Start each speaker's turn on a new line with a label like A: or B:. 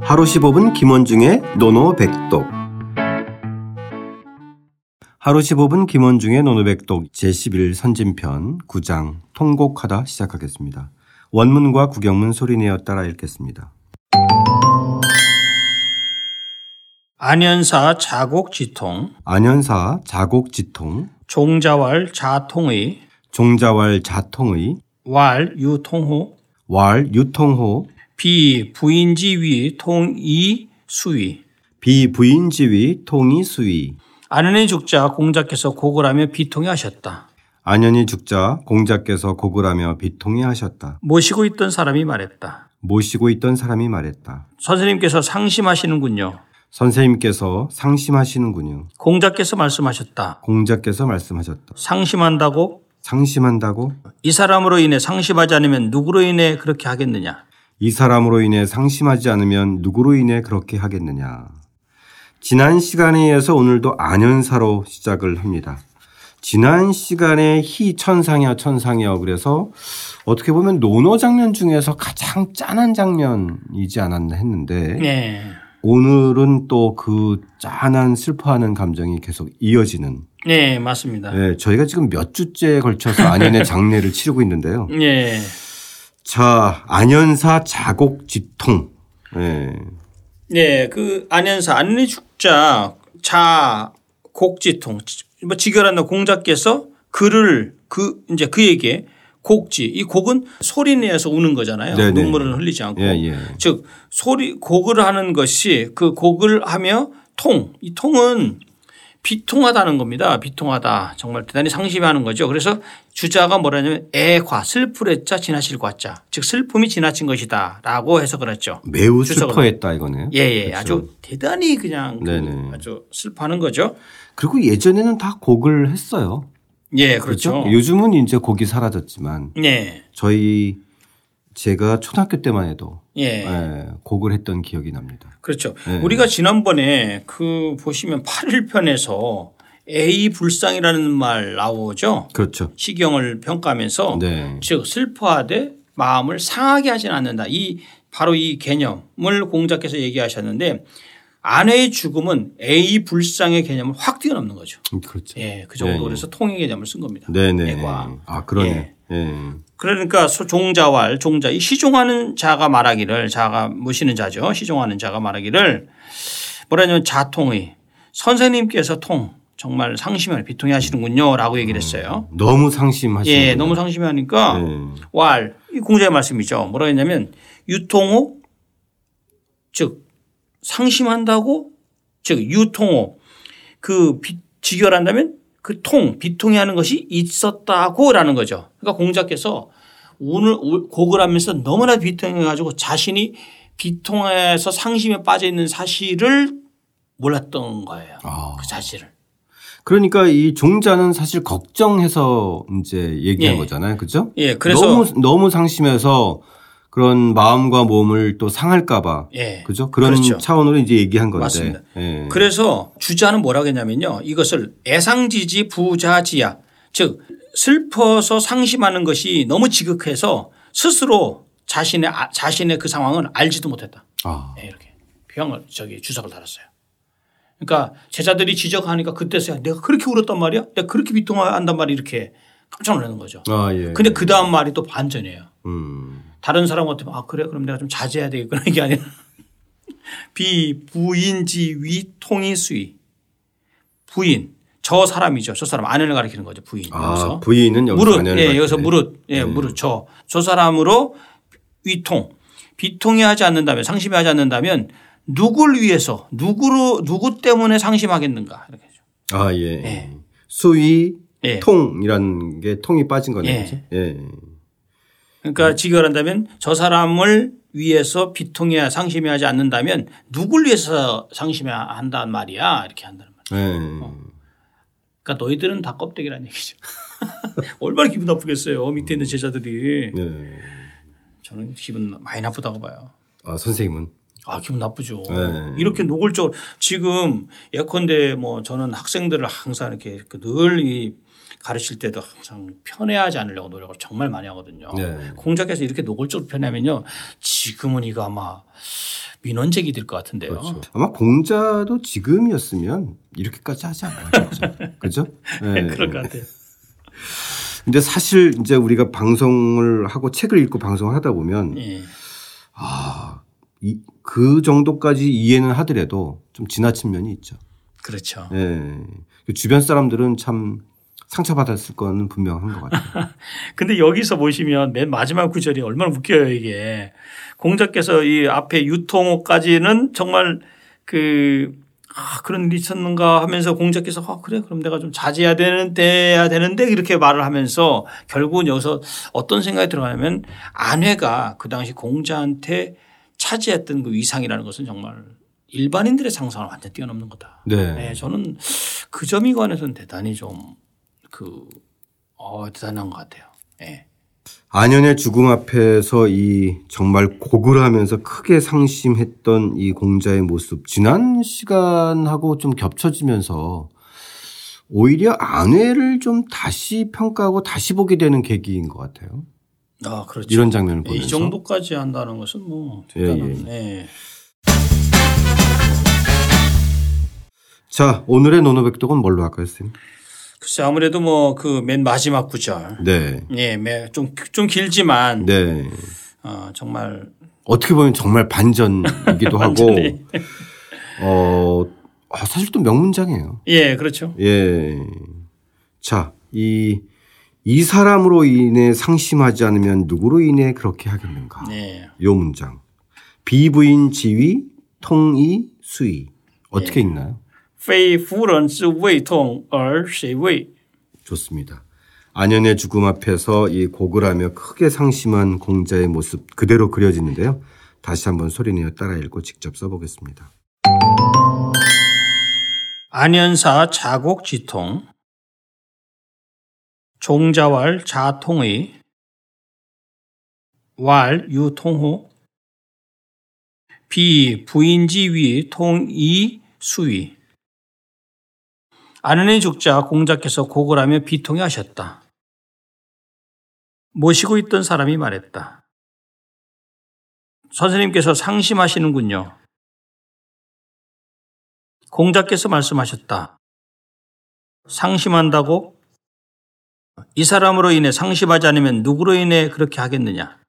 A: 하루 15분 김원중의 노노백독 하루 15분 김원중의 노노백독 제11 선진편 9장 통곡하다 시작하겠습니다. 원문과 구경문 소리내어 따라 읽겠습니다.
B: 안현사 자곡지통,
A: 안현사 자곡지통
B: 종자왈 자통의,
A: 종자왈 자통의
B: 왈 유통호,
A: 왈 유통호
B: 비 부인지위 통이 수위.
A: 비부인지위 통이수위
B: 아는의 죽자 공자께서 고글하며 비통해하셨다.
A: 안현이 죽자 공자께서 고글하며 비통해 하셨다.
B: 모시고 있던 사람이 말했다.
A: 모시고 있던 사람이 말했다.
B: 선생님께서 상심하시는군요.
A: 선생님께서 상심하시는군요.
B: 공자께서 말씀하셨다.
A: 공자께서 말씀하셨다.
B: 상심한다고
A: 상심한다고?
B: 이 사람으로 인해 상심하지 않으면 누구로 인해 그렇게 하겠느냐?
A: 이 사람으로 인해 상심하지 않으면 누구로 인해 그렇게 하겠느냐. 지난 시간에 이어서 오늘도 안현사로 시작을 합니다. 지난 시간에 희 천상여 천상여 그래서 어떻게 보면 논어 장면 중에서 가장 짠한 장면이지 않았나 했는데
B: 네.
A: 오늘은 또 그 짠한 슬퍼하는 감정이 계속 이어지는
B: 네, 맞습니다.
A: 예, 저희가 지금 몇 주째에 걸쳐서 안현의 장례를 치르고 있는데요.
B: 네.
A: 자, 안현사 자곡지통. 예.
B: 네, 그 안현사 안리 죽자 자 곡지통 뭐 지결하는 공자께서 그를 그 이제 그에게 곡지 이 곡은 소리 내어서 우는 거잖아요.
A: 네네.
B: 눈물은 흘리지 않고
A: 예, 예.
B: 즉 소리 곡을 하는 것이 그 곡을 하며 통 이 통은 비통하다는 겁니다. 비통하다 정말 대단히 상심하는 거죠. 그래서 주자가 뭐라냐면 애과 슬프레자 지나칠 과자 즉 슬픔이 지나친 것이다라고 해석을 했죠.
A: 매우
B: 주석은-
A: 슬퍼했다 이거네요.
B: 예, 예. 아주 대단히 그냥 그
A: 그렇죠. 네네.
B: 아주 슬퍼하는 거죠.
A: 그리고 예전에는 다 곡을 했어요.
B: 예, 그렇죠.
A: 요즘은 이제 곡이 사라졌지만
B: 예,
A: 저희 제가 초등학교 때만 해도
B: 예.
A: 예, 곡을 했던 기억이 납니다.
B: 그렇죠.
A: 네.
B: 우리가 지난번에 그 보시면 8일편에서 A 불상이라는 말 나오죠.
A: 그렇죠.
B: 시경을 평가하면서
A: 네.
B: 즉 슬퍼하되 마음을 상하게 하진 않는다. 이 바로 이 개념을 공자께서 얘기하셨는데 아내의 죽음은 A 불상의 개념을 확 뛰어넘는 거죠.
A: 그렇죠.
B: 예, 그 정도
A: 네.
B: 그래서 통의 개념을 쓴 겁니다.
A: 네네.
B: 애과.
A: 아, 그러네. 예.
B: 그러니까 소- 종자왈 종자 이 시종하는 자가 말하기를 자가 모시는 자죠. 시종하는 자가 말하기를 뭐라냐면 자통의 선생님께서 통 정말 상심을 비통해 하시는군요라고 얘기를 했어요.
A: 너무 상심하시는
B: 예, 너무 상심해 하니까
A: 음, 네.
B: 왈, 이 공자의 말씀이죠. 뭐라 했냐면 유통호 즉 상심한다고 즉 유통호 그 비- 직결한다면 그 통, 비통이 하는 것이 있었다고라는 거죠. 그러니까 공자께서 오늘 우- 곡을 하면서 너무나 비통해 가지고 자신이 비통해서 상심에 빠져 있는 사실을 몰랐던 거예요.
A: 아.
B: 그 사실을.
A: 그러니까 이 종자는 사실 걱정해서 이제 얘기한
B: 예.
A: 거잖아요. 그죠?
B: 예, 그래서
A: 너무, 너무 상심해서 그런 마음과 몸을 또 상할까봐.
B: 예.
A: 그죠? 그런
B: 그렇죠.
A: 차원으로 이제 얘기한 건데.
B: 맞습니다.
A: 예.
B: 그래서 주자는 뭐라고 했냐면요. 이것을 애상지지 부자지야. 즉, 슬퍼서 상심하는 것이 너무 지극해서 스스로 자신의, 아- 자신의 그 상황을 알지도 못했다.
A: 아,
B: 네, 이렇게. 병을, 저기 주석을 달았어요. 그러니까 제자들이 지적하니까 그때서야 내가 그렇게 울었단 말이야? 내가 그렇게 비통한단 말이야? 이렇게 깜짝 놀라는 거죠.
A: 아, 예.
B: 근데 그 다음 말이 또 반전이에요.
A: 음.
B: 다른 사람한테 아 그래 그럼 내가 좀 자제해야 되겠구나 이게 아니라 비부인지 위통이 수위 부인 저 사람이죠 저 사람 안현을 가리키는 거죠 부인
A: 아,
B: 여기서
A: 부인은 여기서
B: 무릇
A: 관여를 네.
B: 예
A: 받게
B: 여기서
A: 돼.
B: 무릇 예 무릇 저 저 사람으로 위통 비통이 하지 않는다면 상심이 하지 않는다면 누굴 위해서 누구로 누구 때문에 상심하겠는가 이렇게 죠
A: 아, 예. 수위
B: 예.
A: 통이라는 게 통이 빠진 거네요.
B: 예.
A: 그죠? 예.
B: 그러니까 직결한다면 저 사람을 위해서 비통해야 상심해하지 않는다면 누굴 위해서 상심해야 한단 말이야 이렇게 한다는 말.
A: 예.
B: 어. 그러니까 너희들은 다 껍데기란 얘기죠. 얼마나 기분 나쁘겠어요 밑에 있는 제자들이.
A: 예.
B: 저는 기분 많이 나쁘다고 봐요.
A: 아, 선생님은.
B: 아 기분 나쁘죠.
A: 네.
B: 이렇게 노골적으로 지금 예컨대 뭐 저는 학생들을 항상 이렇게 그 늘이 가르칠 때도 항상 편애하지 않으려고 노력을 정말 많이 하거든요.
A: 네.
B: 공작에서 이렇게 노골적으로 편애하면요 지금은 이거 아마 민원적이 될 것 같은데요.
A: 그렇죠. 아마 공자도 지금이었으면 이렇게까지 하지 않았겠죠. 그죠? 네.
B: 그럴 것 같아요.
A: 근데 사실 이제 우리가 방송을 하고 책을 읽고 방송을 하다 보면
B: 예.
A: 아, 이, 그 정도까지 이해는 하더라도 좀 지나친 면이 있죠.
B: 그렇죠.
A: 예. 그 주변 사람들은 참 상처받았을 건 분명한 것 같아요.
B: 근데 여기서 보시면 맨 마지막 구절이 얼마나 웃겨요 이게 공자께서 이 앞에 유통호까지는 정말 그 아, 그런 일이 있었는가 하면서 공자께서 아, 그래 그럼 내가 좀 자제해야 되는데 해야 되는데 이렇게 말을 하면서 결국은 여기서 어떤 생각이 들어가냐면 아내가 그 당시 공자한테 차지했던 그 위상이라는 것은 정말 일반인들의 상상을 완전 뛰어넘는 거다.
A: 네.
B: 네, 저는 그 점에 관해서는 대단히 좀 그 어, 대단한 것 같아요. 예.
A: 안현의 죽음 앞에서 이 정말 고글하면서 크게 상심했던 이 공자의 모습 지난 시간하고 좀 겹쳐지면서 오히려 안회를 좀 다시 평가하고 다시 보게 되는 계기인 것 같아요.
B: 아, 그렇죠.
A: 이런 장면을
B: 예,
A: 보면서
B: 이 정도까지 한다는 것은 뭐
A: 예,
B: 대단한. 예.
A: 자 오늘의 노노백독은 뭘로 할까요, 선생님?
B: 글쎄 아무래도 뭐 그 맨 마지막 구절.
A: 네,
B: 예, 매- 좀, 좀 길지만
A: 네.
B: 어, 정말
A: 어떻게 보면 정말 반전이기도 하고
B: 완전히.
A: 어 아, 사실 또 명문장이에요.
B: 예, 그렇죠.
A: 예. 자, 이, 이 사람으로 인해 상심하지 않으면 누구로 인해 그렇게 하겠는가?
B: 예.
A: 요 문장. 비부인 지위, 통이, 수위. 어떻게 읽나요?
B: 非夫人之未痛而谁为?
A: 좋습니다. 안연의 죽음 앞에서 이 고글하며 크게 상심한 공자의 모습 그대로 그려지는데요. 다시 한번 소리내어 따라 읽고 직접 써보겠습니다.
B: 안현사 자곡지통 종자왈 자통의 왈 유통호 비 부인지위 통이 수위 아는의 죽자 공자께서 고골하며 비통이 하셨다. 모시고 있던 사람이 말했다. 선생님께서 상심하시는군요. 공자께서 말씀하셨다. 상심한다고? 이 사람으로 인해 상심하지 않으면 누구로 인해 그렇게 하겠느냐?